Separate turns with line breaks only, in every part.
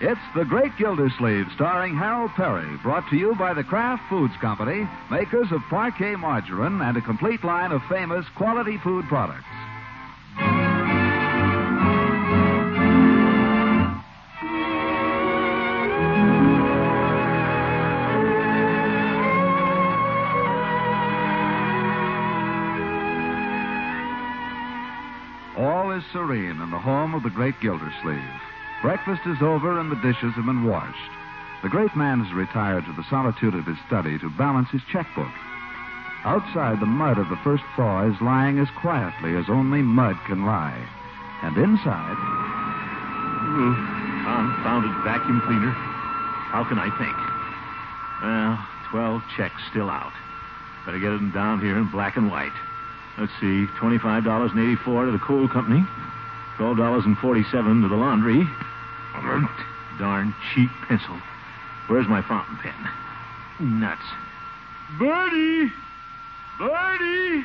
It's The Great Gildersleeve, starring Harold Perry, brought to you by the Kraft Foods Company, makers of parquet margarine and a complete line of famous quality food products. All is serene in the home of the great Gildersleeve. Breakfast is over and the dishes have been washed. The great man has retired to the solitude of his study to balance his checkbook. Outside, the mud of the first thaw is lying as quietly as only mud can lie. And inside,
Hmm. confounded vacuum cleaner. How can I think? Well, 12 checks still out. Better get them down here in black and white. Let's see, $25.84 to the coal company, $12.47 to the laundry. Darn cheap pencil. Where's my fountain pen? Nuts. Bertie! Bertie!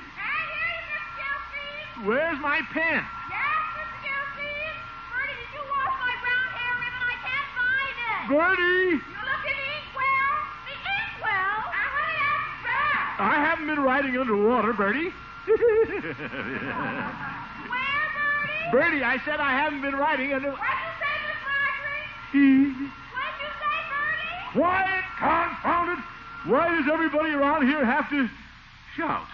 Where's my pen? Bertie! I haven't been riding underwater, Bertie. Bertie, I said I haven't been riding under. Why, confound it! Why does everybody around here have to shout?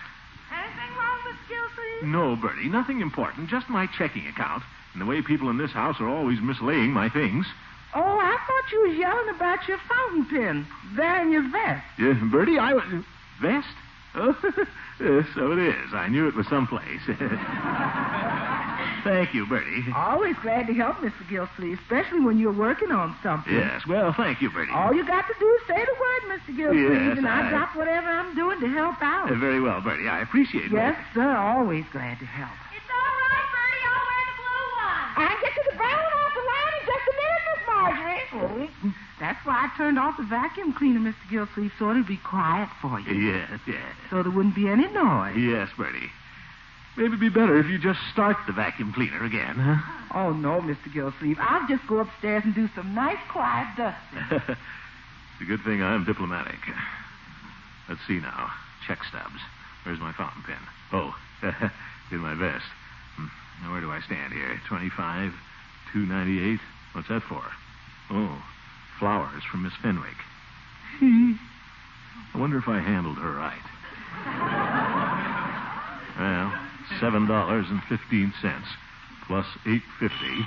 No, Bertie, nothing important. Just my checking account. And the way people in this house are always mislaying my things.
Oh, I thought you was yelling about your fountain pen there in your vest.
Uh, Bertie, I was. Vest? Oh, uh, so it is. I knew it was someplace. Thank you, Bertie.
Always glad to help, Mr. Gilsleeve, especially when you're working on something.
Yes, well, thank you, Bertie.
All you got to do is say the word, Mr. Gilsleeve,
Yes,
and I,
I-
drop whatever I'm doing to help out.
Uh, very well, Bertie. I appreciate
yes,
that.
sir. Always glad to help. I'll get to the brown off the line in just a minute, Miss Marjorie. Oh, that's why I turned off the vacuum cleaner, Mr. Gilsleeve, so it'd be quiet for you.
Yes, yes.
So there wouldn't be any noise.
Oh, Yes, Bertie. Maybe it'd be better if you just start the vacuum cleaner again, huh?
Oh, no, Mr. Gilsleeve. I'll just go upstairs and do some nice quiet dusting.
it's a good thing I'm diplomatic. Let's see now. Check stubs. Where's my fountain pen? Oh, in my vest. Hmm, Now, where do I stand here? 25, 298. What's that for? Oh, flowers from Miss Fenwick. I wonder if I handled her right. Well, seven dollars and fifteen cents, plus eight fifty,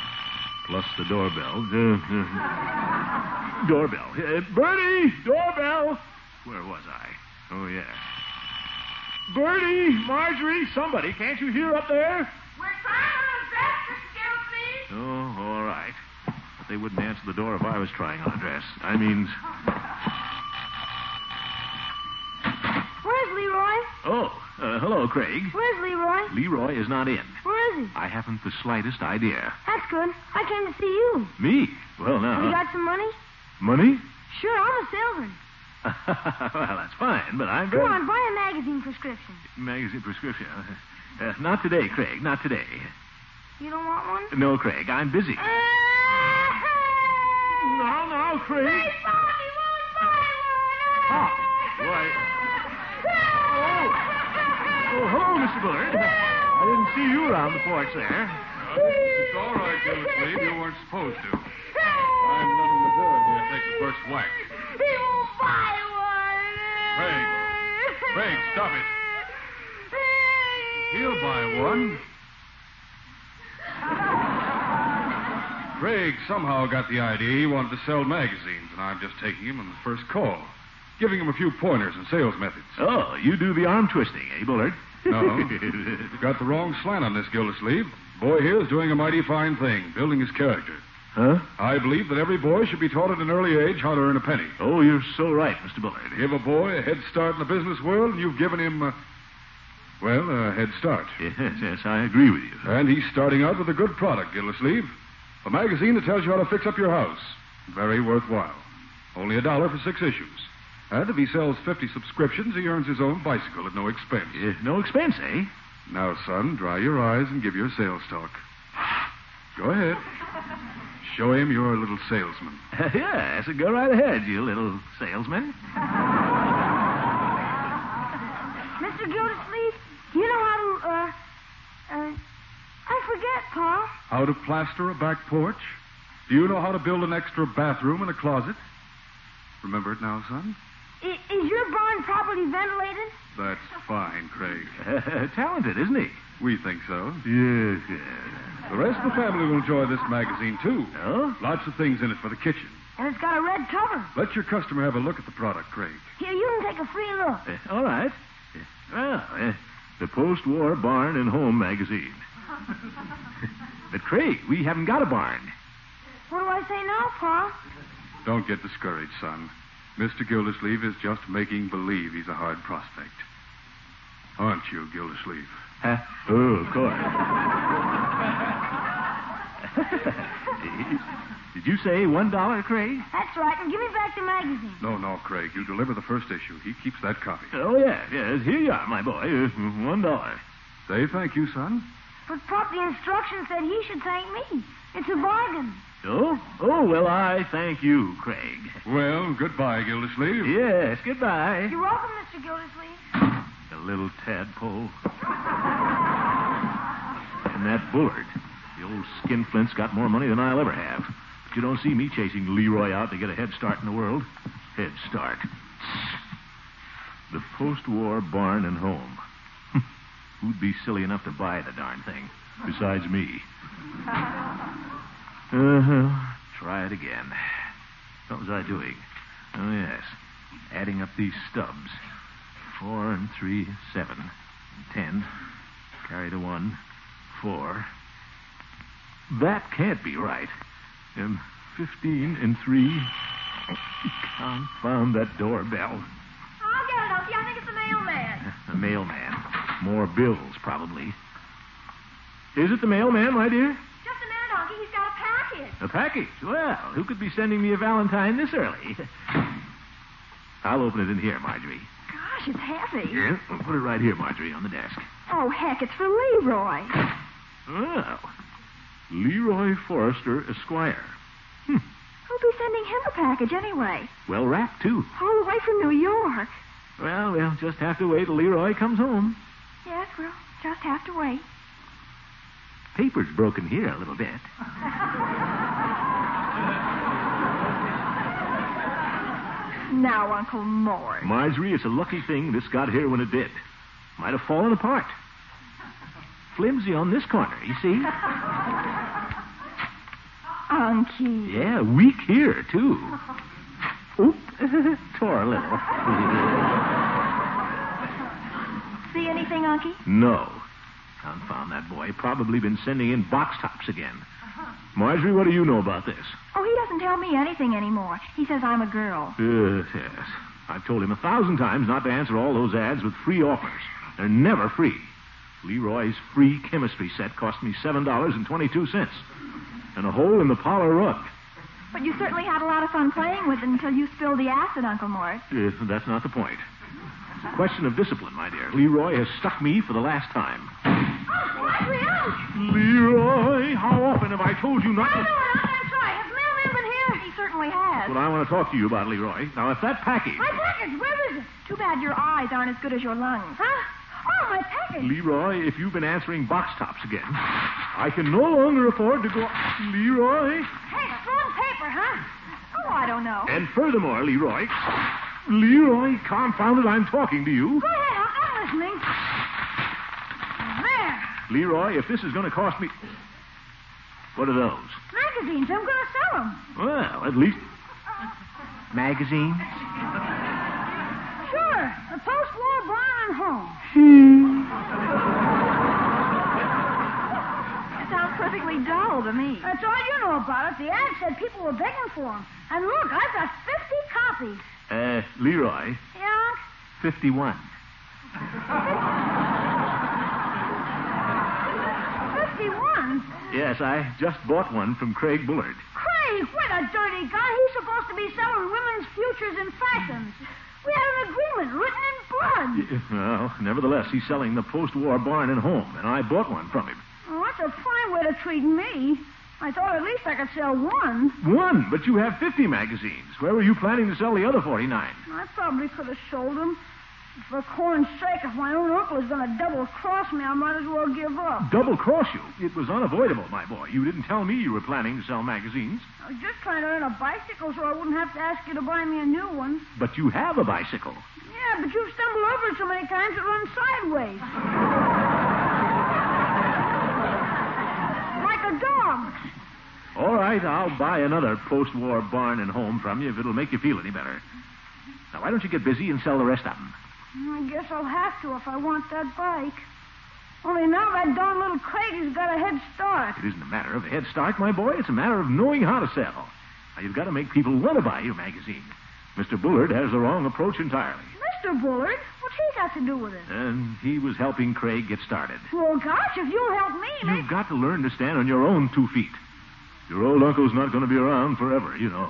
plus the doorbell. Uh, uh, doorbell, uh, Bertie, doorbell. Where was I? Oh yeah, Bertie, Marjorie, somebody, can't you hear up there? Oh, all right. But they wouldn't answer the door if I was trying on a dress. I mean,
Where's Leroy?
oh, uh, hello, Craig.
Where's Leroy?
Leroy is not in.
Where is he?
I haven't the slightest idea.
That's good. I came to see you.
Me? Well, now.
You
Uh-huh.
got some money?
money?
Sure, I'm a salesman.
well, that's fine, but I'm
Go
very.
on, buy a magazine prescription.
Magazine prescription. Uh, not today, Craig. Not today.
You don't want one?
No, Craig. I'm busy.
Uh-huh.
Hey,
No, no, Craig.
Bobby, won't buy one.
Oh,
Ah,
why? Oh, hello, Mr. Bullard. I didn't see you around the porch there.
It's all right, Gildersleeve. You weren't supposed to. I'm nothing to boy when you take the first whack.
He won't buy one.
Craig. Craig, stop it. He'll buy one. Craig somehow got the idea he wanted to sell magazines, and I'm just taking him on the first call, giving him a few pointers and sales methods.
Oh, you do the arm twisting, eh, Bullard?
No. Got the wrong slant on this, Gildersleeve. Boy here is doing a mighty fine thing, building his character.
huh?
I believe that every boy should be taught at an early age how to earn a penny.
Oh, you're so right, Mr. Bullard.
Give a boy a head start in the business world, and you've given him. Uh, Well, a head start.
Yes, yes, I agree with you.
And he's starting out with a good product, Gildersleeve. A magazine that tells you how to fix up your house. Very worthwhile. Only a dollar for six issues. And if he sells 50 subscriptions, he earns his own bicycle at no expense.
Yeah, no expense, eh?
Now, son, dry your eyes and give your sales talk. Go ahead. Show him you're a little salesman.
yeah, so go right ahead, you little salesman.
Mr. Gildersleeve, do you know how to, uh, uh, I forget, Pa.
How to plaster a back porch? Do you know how to build an extra bathroom and a closet? Remember it now, son?
I- is your barn properly ventilated?
That's fine, Craig.
Talented, isn't he?
We think so.
Yes, yes.
The
Oh?
rest of the family will enjoy this magazine, too.
No?
Lots of things in it for the kitchen.
And it's got a red cover.
Let your customer have a look at the product, Craig.
Here, you can take a free look.
Uh, all right. Uh, Well, uh, the post war barn and home magazine. but, Craig, we haven't got a barn.
What do I say now, Pa?
Don't get discouraged, son. Mr. Gildersleeve is just making believe he's a hard prospect. Aren't you, Gildersleeve?
Huh? Oh, of course. Did you say one dollar, Craig?
That's right, and give me back the magazine.
No, no, Craig. You deliver the first issue. He keeps that copy.
Oh, yes, yes. Here you are, my boy. Uh, One dollar.
Say thank you, son.
But Pop, the instructions said he should thank me. It's a bargain.
Oh? Oh, well, I thank you, Craig.
Well, goodbye, Gildersleeve.
Yes, goodbye.
You're welcome, Mr. Gildersleeve.
The little tadpole. and that Bullard. The old skinflint's got more money than I'll ever have. But you don't see me chasing Leroy out to get a head start in the world. Head start. The post war barn and home. Who'd be silly enough to buy the darn thing? Besides me. Uh-huh. Try it again. What was I doing? Oh, yes. Adding up these stubs. Four and three, seven. Ten. Carry the one. Four. That can't be right. And fifteen and three. Confound that doorbell.
I'll get it up. Yeah, I think it's the mailman.
The mailman. More bills, probably. Is it the mailman, my dear?
Just a minute, Uncle. He's got a package.
A package. Well, who could be sending me a Valentine this early? I'll open it in here, Marjorie.
Gosh, it's heavy.
Yeah, I'll put it right here, Marjorie, on the desk.
Oh, heck, it's for Leroy.
Well, Oh. Leroy Forrester, Esquire.
Who'll be sending him a package anyway?
Well wrapped, too.
All the way from New York.
Well, we'll just have to wait till Leroy comes home.
Yes, we'll just have to wait.
Paper's broken here a little bit.
Now, Uncle Mort.
Marjorie, it's a lucky thing this got here when it did. Might have fallen apart. Flimsy on this corner, you see?
Unky.
Yeah, weak here, too. Oop, tore a little.
See anything, Unky?
no. Confound that boy. Probably been sending in box tops again. Marjorie, what do you know about this?
Oh, he doesn't tell me anything anymore. He says I'm a girl.
Yes, Uh, yes. I've told him a thousand times not to answer all those ads with free offers. They're never free. Leroy's free chemistry set cost me $7.22 and a hole in the parlor rug.
But you certainly had a lot of fun playing with it until you spilled the acid, Uncle Mort.
Uh, that's not the point. It's a question of discipline, my dear. Leroy has stuck me for the last time.
Oh, Marjorie, out!
Leroy, how often have I told you not
I know
to?
it, Uncle. I'm sorry. Has the mailman been here?
He certainly has.
Well, I want to talk to you about Leroy. Now, if that package.
My package. Where is it?
Too bad your eyes aren't as good as your lungs.
Huh? Oh, my package.
Leroy, if you've been answering box tops again, I can no longer afford to go. Leroy.
Hey, strong paper, huh?
Oh, I don't know.
And furthermore, Leroy. Leroy, confounded, I'm talking to you.
Go ahead, Uncle. I'm listening. There.
Leroy, if this is going to cost me. What are those?
Magazines. I'm going to sell them.
Well, at least. Magazine?
Sure. The post-war barn and home.
It sounds perfectly dull to me.
That's all you know about it. The ad said people were begging for them. And look, I've got 50 copies.
Uh, Leroy,
Yeah?
51. Yes, I just bought one from Craig Bullard.
Craig, what a dirty guy. He's supposed to be selling women's futures and fashions. We had an agreement written in blood.
Well, nevertheless, he's selling the post-war barn and home, and I bought one from him.
Oh, that's a fine way to treat me. I thought at least I could sell one.
One, but you have 50 magazines. Where were you planning to sell the other 49?
I probably could have sold them. For corn's sake, if my own uncle is going to double cross me, I might as well give up.
Double cross you? It was unavoidable, my boy. You didn't tell me you were planning to sell magazines,
I was just trying to earn a bicycle so I wouldn't have to ask you to buy me a new one.
but you have a bicycle.
Yeah, but you've stumbled over it so many times it runs sideways. like a dog.
All right, I'll buy another post-war barn and home from you if it'll make you feel any better. Now, why don't you get busy and sell the rest of them?
I guess I'll have to if I want that bike. Only now that darn little Craig has got a head start.
It isn't a matter of a head start, my boy. It's a matter of knowing how to sell. Now, you've got to make people want to buy your magazine. Mr. Bullard has the wrong approach entirely.
Mr. Bullard, what's he got to do with it?
And he was helping Craig get started.
Well, gosh, if you'll help me, maybe.
You've got to learn to stand on your own two feet. Your old uncle's not going to be around forever, you know.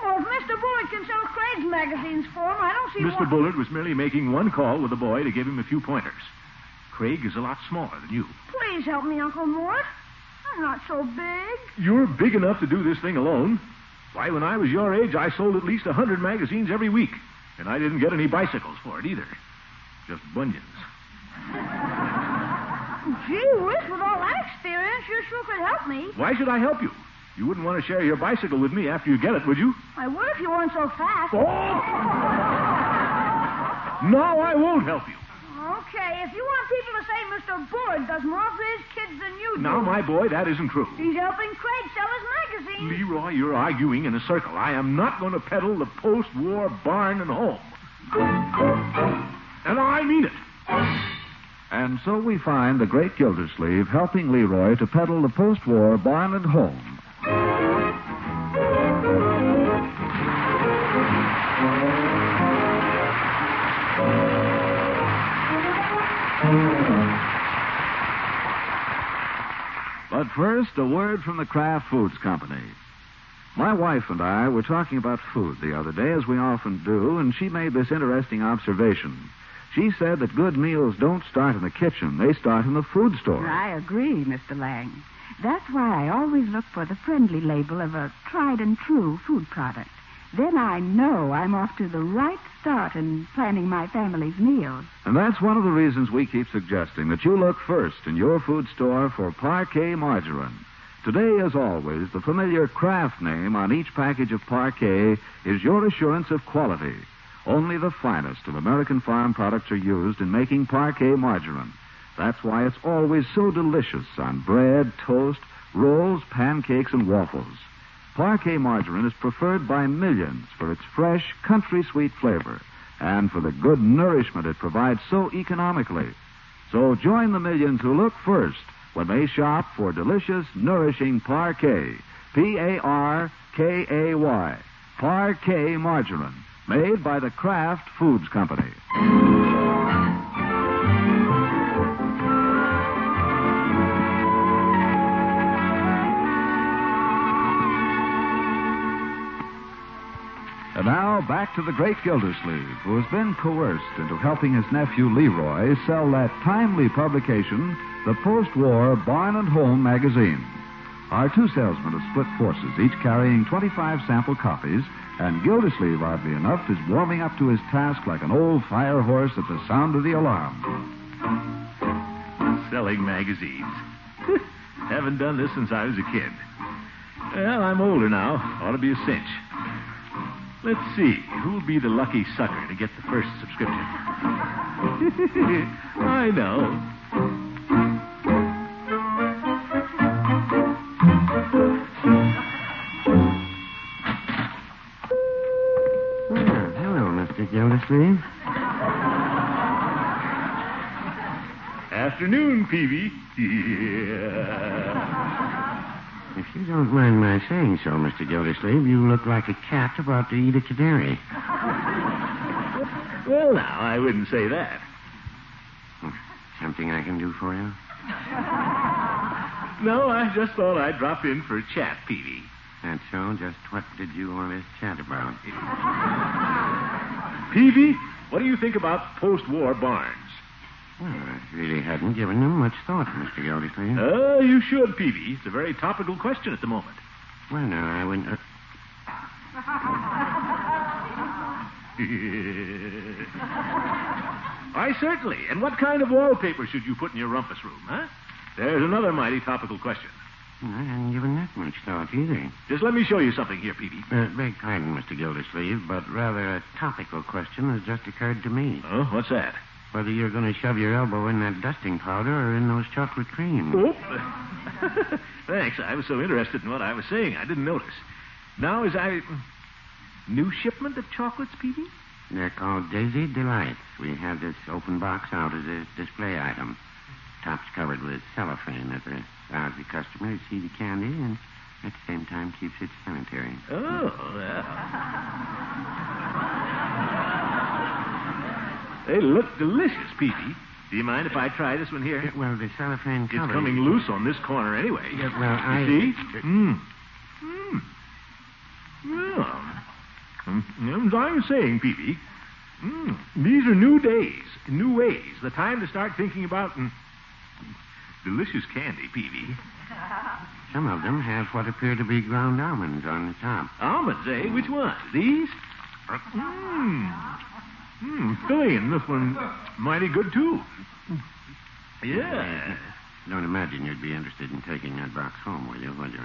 Well, if Mr. Bullard can sell Craig's magazines for him, I don't see
Mr.
why.
Bullard was merely making one call with the boy to give him a few pointers. Craig is a lot smaller than you.
Please help me, Uncle Mort. I'm not so big.
You're big enough to do this thing alone. Why, when I was your age, I sold at least a hundred magazines every week, and I didn't get any bicycles for it either. Just bunions.
Gee whiz, with all that experience, you sure could help me.
Why should I help you? You wouldn't want to share your bicycle with me after you get it, would you?
I would if you weren't so fast.
Oh! No, I won't help you.
Okay, if you want people to say Mr. Bullard does more for his kids than you do.
Now, my boy, that isn't true.
He's helping Craig sell his magazine.
Leroy, you're arguing in a circle. I am not going to peddle the post war barn and home. And I mean it.
And so we find the great Gildersleeve helping Leroy to peddle the post war barn and home. Hmm. But first, a word from the Kraft Foods Company. My wife and I were talking about food the other day, as we often do, and she made this interesting observation. She said that good meals don't start in the kitchen, they start in the food store.
I agree, Mr. Lang. That's why I always look for the friendly label of a tried and true food product. Then I know I'm off to the right start in planning my family's meals.
And that's one of the reasons we keep suggesting that you look first in your food store for parquet margarine. Today, as always, the familiar craft name on each package of parquet is your assurance of quality. Only the finest of American farm products are used in making parquet margarine. That's why it's always so delicious on bread, toast, rolls, pancakes, and waffles. Parquet margarine is preferred by millions for its fresh, country sweet flavor and for the good nourishment it provides so economically. So join the millions who look first when they shop for delicious, nourishing parquet. P A R K A Y. Parquet margarine, made by the Kraft Foods Company. And now back to the great Gildersleeve, who has been coerced into helping his nephew Leroy sell that timely publication, the post war Barn and Home magazine. Our two salesmen have split forces, each carrying 25 sample copies, and Gildersleeve, oddly enough, is warming up to his task like an old fire horse at the sound of the alarm.
Selling magazines. Haven't done this since I was a kid. Well, I'm older now. Ought to be a cinch. Let's see. Who'll be the lucky sucker to get the first subscription? I know.
hello, Mr. Gildersleeve.
Afternoon, Peavy. Yeah.
If you don't mind my saying so, Mr. Gildersleeve, you look like a cat about to eat a canary.
Well, now, I wouldn't say that.
Something I can do for you?
No, I just thought I'd drop in for a chat, Peavy.
And so, just what did you want to chat about?
Peavy, what do you think about post-war barns?
Well, I really hadn't given them much thought, Mr. Gildersleeve.
Oh, you should, Peavy. It's a very topical question at the moment.
Well, no, I wouldn't. Uh,
Why, certainly. And what kind of wallpaper should you put in your rumpus room, huh? There's another mighty topical question.
I hadn't given that much thought either.
Just let me show you something here, Peavy.
Uh, beg pardon, Mr. Gildersleeve, but rather a topical question has just occurred to me.
Oh, what's that?
Whether you're going to shove your elbow in that dusting powder or in those chocolate creams.
Oop. Thanks. I was so interested in what I was saying, I didn't notice. Now, is I. New shipment of chocolates, Peavy?
They're called Daisy Delights. We have this open box out as a display item. Top's covered with cellophane that allows the customer to see the candy and at the same time keeps it sanitary.
Oh, well. They look delicious, Peavy. Do you mind if I try this one here?
Uh, Well, the cellophane
It's
cover.
coming loose on this corner anyway.
Yeah, well, I-
You see? Mmm. Mmm. Yeah. Mm, As I was saying, Peavy, mm, these are new days, new ways. The time to start thinking about mm, delicious candy, Peavy.
Some of them have what appear to be ground almonds on the top.
Almonds, eh? Which one? These? Mmm. Mmm. Filling in this one mighty good, too. Yeah.
Don't imagine you'd be interested in taking that box home, will you? Will you?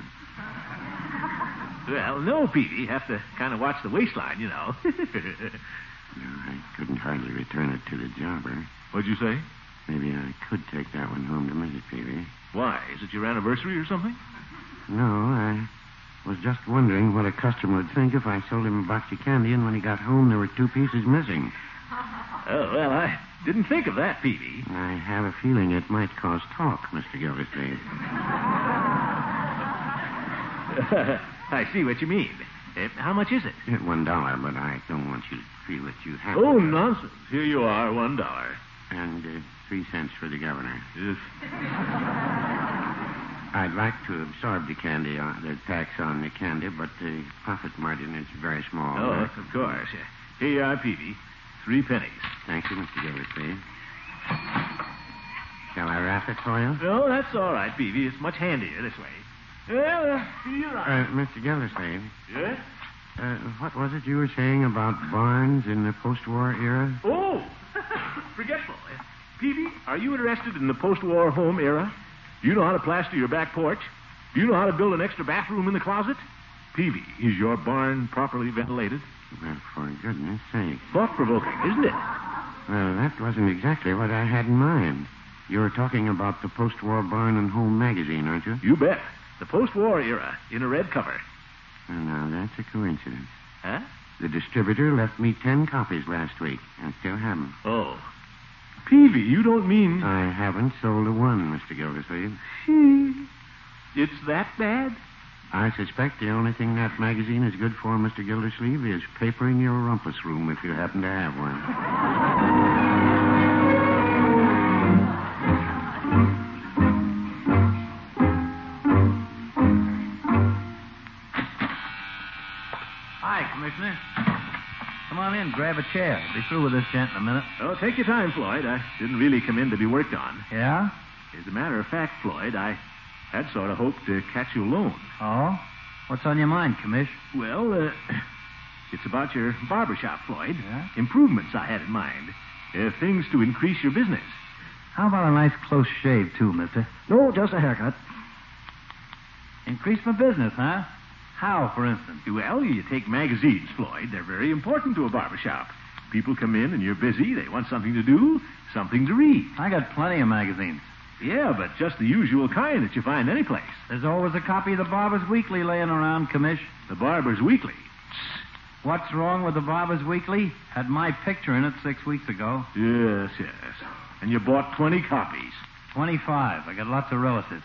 Well, no, Peavy. Have to kind of watch the waistline, you know.
No, I couldn't hardly return it to the jobber.
What'd you say?
Maybe I could take that one home to Mrs. Peavy.
Why? Is it your anniversary or something?
No, I was just wondering what a customer would think if I sold him a box of candy and when he got home there were two pieces missing.
Oh, well, I didn't think of that, Peavy.
I have a feeling it might cause talk, Mr. Gildersleeve.
I see what you mean. Uh, how much is it?
Yeah, One dollar, but I don't want you to feel that you have.
Oh,
to.
nonsense. Here you are, one dollar.
And uh, three cents for the governor.
Yes.
I'd like to absorb the candy, uh, the tax on the candy, but the profit margin is very small. Uh,
Oh, of course. yeah. Here you are, Peavy. Three pennies.
Thank you, Mr. Gildersleeve. Shall I wrap it for you?
No, Oh, that's all right, Peavy. It's much handier this way. Well, uh, you're right.
Uh, Mr. Gildersleeve,
Yes?
uh, what was it you were saying about barns in the post-war era?
Oh, forgetful. Uh, Peavy, are you interested in the post-war home era? Do you know how to plaster your back porch? Do you know how to build an extra bathroom in the closet? Peavy, is your barn properly ventilated?
Well, for goodness sake.
Thought-provoking, isn't it?
Well, that wasn't exactly what I had in mind. You were talking about the post-war barn and home magazine, aren't you?
You bet. The post-war era in a red cover.
Well, now, that's a coincidence.
Huh?
The distributor left me ten copies last week. I still haven't.
Oh. Peavy, you don't mean...
I haven't sold a one, Mr. Gildersleeve.
It's that bad?
I suspect the only thing that magazine is good for, Mr. Gildersleeve, is papering your rumpus room if you happen to have one.
Hi, Commissioner. Come on in, grab a chair. Be through with this gent in a minute.
Oh, take your time, Floyd. I didn't really come in to be worked on.
Yeah?
As a matter of fact, Floyd, I had sort of hoped to catch you alone.
Oh? What's on your mind, Commish?
Well, uh, it's about your barber shop, Floyd.
Yeah?
Improvements I had in mind. Uh, things to increase your business.
How about a nice close shave, too, mister? No, just a haircut. Increase my business, huh? How, for instance?
Well, you take magazines, Floyd. They're very important to a barber shop. People come in and you're busy. They want something to do, something to read.
I got plenty of magazines.
Yeah, but just the usual kind that you find anyplace.
There's always a copy of the Barber's Weekly laying around, Commish.
The Barber's Weekly.
What's wrong with the Barber's Weekly? Had my picture in it six weeks ago.
Yes, yes. And you bought 20 copies.
25. I got lots of relatives.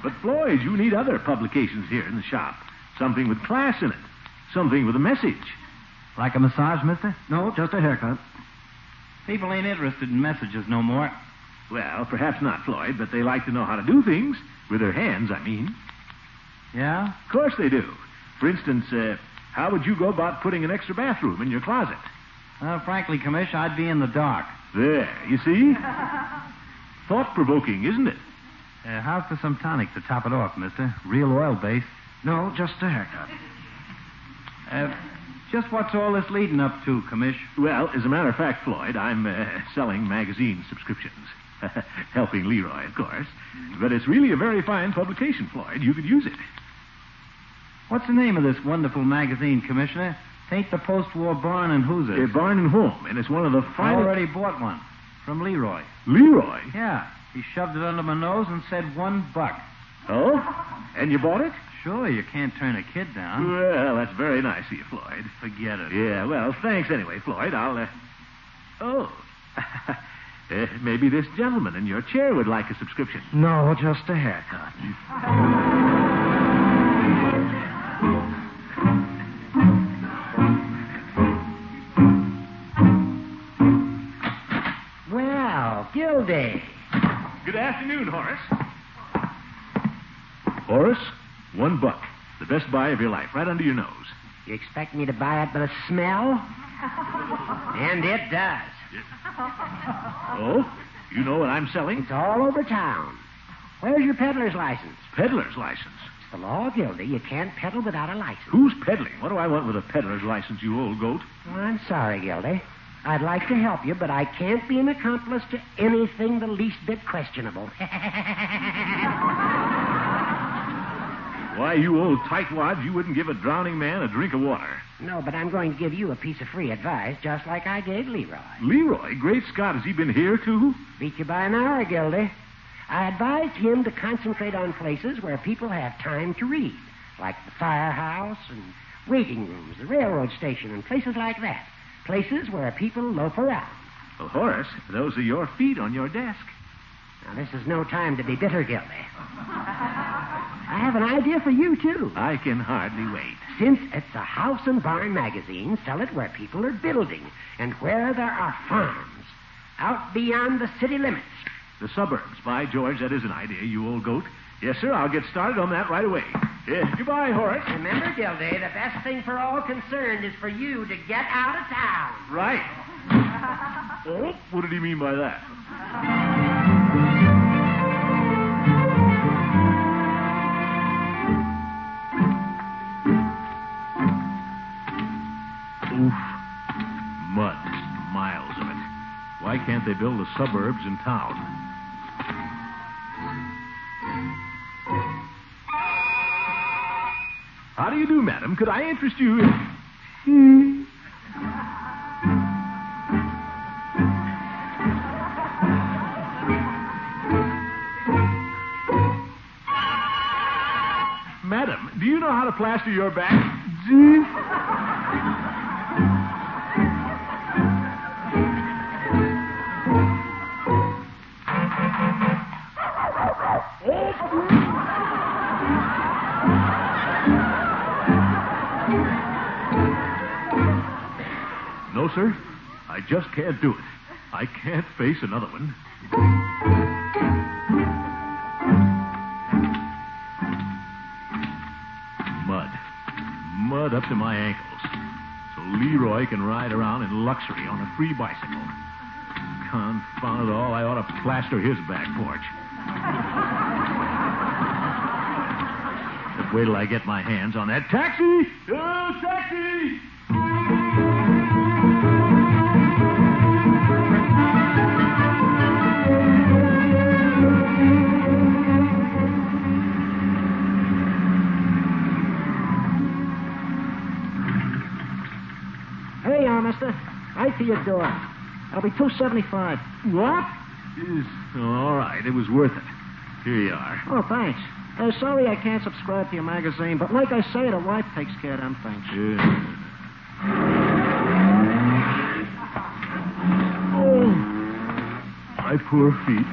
But, Floyd, you need other publications here in the shop. Something with class in it. Something with a message.
Like a massage, mister? No, just a haircut. People ain't interested in messages no more.
Well, perhaps not, Floyd, but they like to know how to do things. With their hands, I mean.
Yeah?
Of course they do. For instance, uh, how would you go about putting an extra bathroom in your closet?
Uh, frankly, Commish, I'd be in the dark.
There, you see? Thought provoking, isn't it?
Uh, how's for some tonic to top it off, mister? Real oil based.
No, just a haircut.
Uh, just what's all this leading up to, Commish?
Well, as a matter of fact, Floyd, I'm uh, selling magazine subscriptions. Helping Leroy, of course. But it's really a very fine publication, Floyd. You could use it.
What's the name of this wonderful magazine, Commissioner? Tain't the post-war barn and who's
Uh, Barn and Home, and it's one of the
I
finest.
already bought one from Leroy.
Leroy?
Yeah, he shoved it under my nose and said one buck.
Oh? And you bought it?
Sure, you can't turn a kid down.
Well, that's very nice of you, Floyd. Forget it. Yeah, well, thanks anyway, Floyd. I'll. Uh... Oh. Uh, maybe this gentleman in your chair would like a subscription.
No, just a haircut. Well, Gildy.
Good afternoon, Horace. Horace, one buck. The best buy of your life, right under your nose.
You expect me to buy it by the smell? and it does.
Oh? You know what I'm selling?
It's all over town. Where's your peddler's license?
Peddler's license.
It's the law, Gildy. You can't peddle without a license.
Who's peddling? What do I want with a peddler's license, you old goat?
I'm sorry, Gildy. I'd like to help you, but I can't be an accomplice to anything the least bit questionable.
Why, you old tightwad, you wouldn't give a drowning man a drink of water.
no, but I'm going to give you a piece of free advice, just like I gave Leroy.
Leroy, great Scott, has he been here too?
Beat you by an hour, Gildy. I advised him to concentrate on places where people have time to read, like the firehouse and waiting rooms, the railroad station, and places like that. Places where people loaf around.
Well, Horace, those are your feet on your desk.
Now, this is no time to be bitter, Gildy. I have an idea for you, too.
I can hardly wait.
Since it's a house and barn magazine, sell it where people are building and where there are farms, out beyond the city limits.
The suburbs. By George, that is an idea, you old goat. Yes, sir, I'll get started on that right away. Yeah, goodbye, Horace.
Remember, Gildy, the best thing for all concerned is for you to get out of town.
Right. Oh, what did he mean by that? Oof. Mud. Miles of it. Why can't they build the suburbs in town? How do you do, madam? Could I interest you in... Madam, do you know how to plaster your back? No, sir. I just can't do it. I can't face another one. Mud. Mud up to my ankles. So Leroy can ride around in luxury on a free bicycle. Confound it all, I ought to plaster his back porch. But wait till I get my hands on that taxi! Oh, taxi!
Hurry on, mister. Right for your door. It'll be two seventy-five.
What? Is all right. It was worth it. Here you are.
Oh, thanks. Uh, sorry I can't subscribe to your magazine, but like I say, the wife takes care of them things.
Yeah. Oh, my poor feet.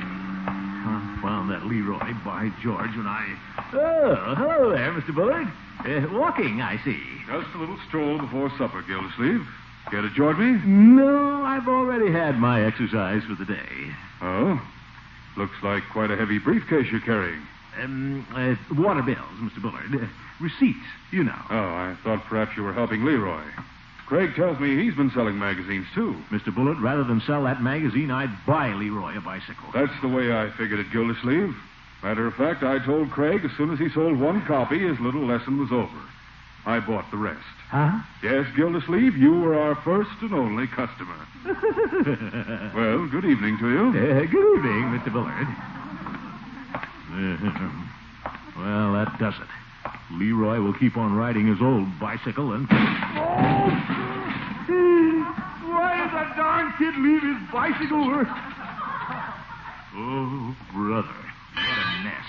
Confound that Leroy by George when I. Oh, hello there, Mr. Bullard. Uh, walking, I see.
Just a little stroll before supper, Gildersleeve. Care to join me?
No, I've already had my exercise for the day.
Oh? Looks like quite a heavy briefcase you're carrying.
Um, uh, water bills, Mr. Bullard. Uh, receipts, you know.
Oh, I thought perhaps you were helping Leroy. Craig tells me he's been selling magazines, too.
Mr. Bullard, rather than sell that magazine, I'd buy Leroy a bicycle.
That's the way I figured it, Gildersleeve. Matter of fact, I told Craig as soon as he sold one copy, his little lesson was over. I bought the rest.
Huh?
Yes, Gildersleeve, you were our first and only customer. well, good evening to you.
Uh, good evening, Mr. Bullard. Uh, well, that does it. Leroy will keep on riding his old bicycle and.
Why did that darn kid leave his bicycle? where-
Oh, brother. What a mess.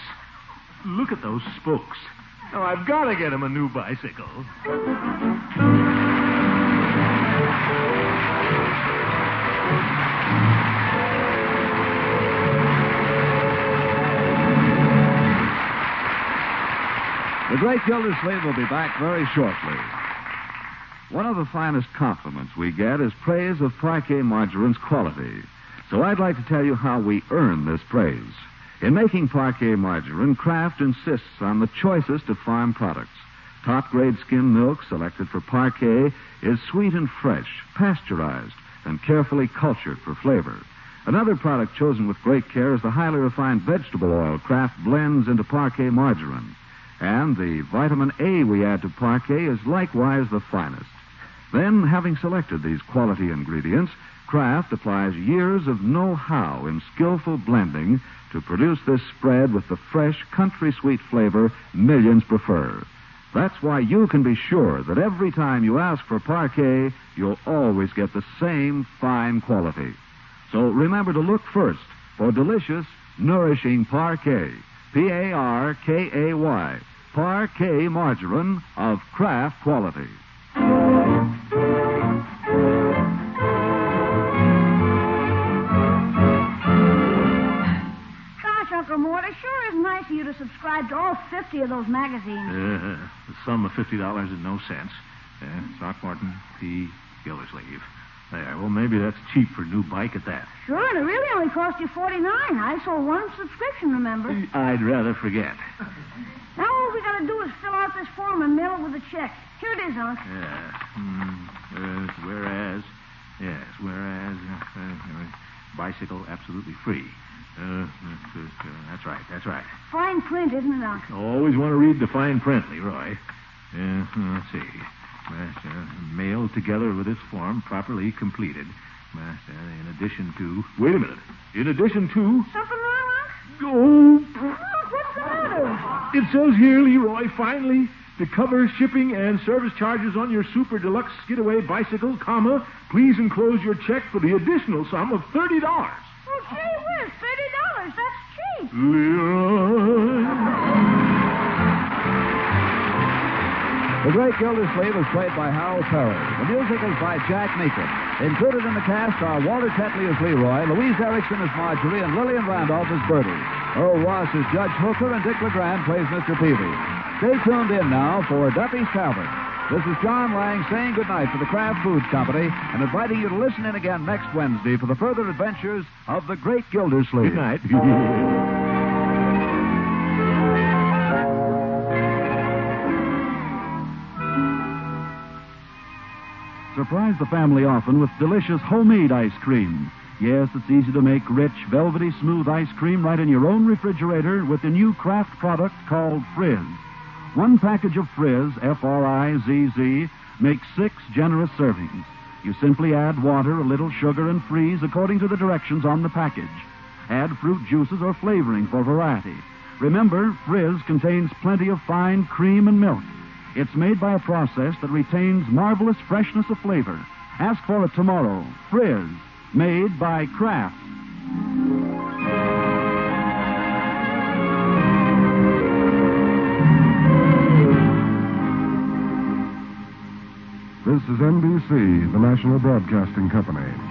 Look at those spokes. Now, I've got to get him a new bicycle.
The great Gildersleeve will be back very shortly. One of the finest compliments we get is praise of parquet margarine's quality. So I'd like to tell you how we earn this praise. In making parquet margarine, Kraft insists on the choicest of farm products. Top grade skim milk selected for parquet is sweet and fresh, pasteurized, and carefully cultured for flavor. Another product chosen with great care is the highly refined vegetable oil Kraft blends into parquet margarine. And the vitamin A we add to parquet is likewise the finest. Then, having selected these quality ingredients, Kraft applies years of know how in skillful blending to produce this spread with the fresh, country sweet flavor millions prefer. That's why you can be sure that every time you ask for parquet, you'll always get the same fine quality. So remember to look first for delicious, nourishing parquet. P A R K A Y. Parquet margarine of Kraft quality.
Gosh, Uncle Mort, it sure is nice of you to subscribe to all 50 of those magazines.
Uh, the sum of fifty dollars and no cents. Uh, Throckmorton P. Gildersleeve. There. Well, maybe that's cheap for a new bike at that.
Sure, and it really only cost you 49 I sold one subscription, remember?
I'd rather forget.
Now all we gotta do is fill out this form and mail it with a check. Here it is, Unc.
Yeah. Mm, uh, whereas, yes, whereas, uh, uh, bicycle absolutely free. Uh, that's, uh, that's right. That's right.
Fine print, isn't it, Unc?
Always want to read the fine print, Leroy. Uh, let's see. Master, mail together with this form properly completed. Master, in addition to. Wait a minute. In addition to.
Something wrong, Unc?
Oh,
Unc, what's the matter?
it says here, Leroy, finally, to cover shipping and service charges on your super deluxe skidaway bicycle, comma, please enclose your check for the additional sum of $30.
Well, gee whiz, $30. That's cheap.
Leroy.
The Great Gildersleeve is played by Howell Perry. The music is by Jack Meekin. Included in the cast are Walter Tetley as Leroy, Louise Erickson as Marjorie, and Lillian Randolph as Bertie. Earl Ross as Judge Hooker, and Dick LeGrand plays Mr. Peavy. Stay tuned in now for Duffy's Tavern. This is John Lang saying goodnight for the Kraft Foods Company and inviting you to listen in again next Wednesday for the further adventures of the Great Gildersleeve.
Good night.
Surprise the family often with delicious homemade ice cream. Yes, it's easy to make rich, velvety, smooth ice cream right in your own refrigerator with the new Kraft product called Frizz. One package of Frizz, F R I Z Z, makes six generous servings. You simply add water, a little sugar, and freeze according to the directions on the package. Add fruit juices or flavoring for variety. Remember, Frizz contains plenty of fine cream and milk. It's made by a process that retains marvelous freshness of flavor. Ask for it tomorrow. Frizz, made by Kraft.
This is NBC, the national broadcasting company.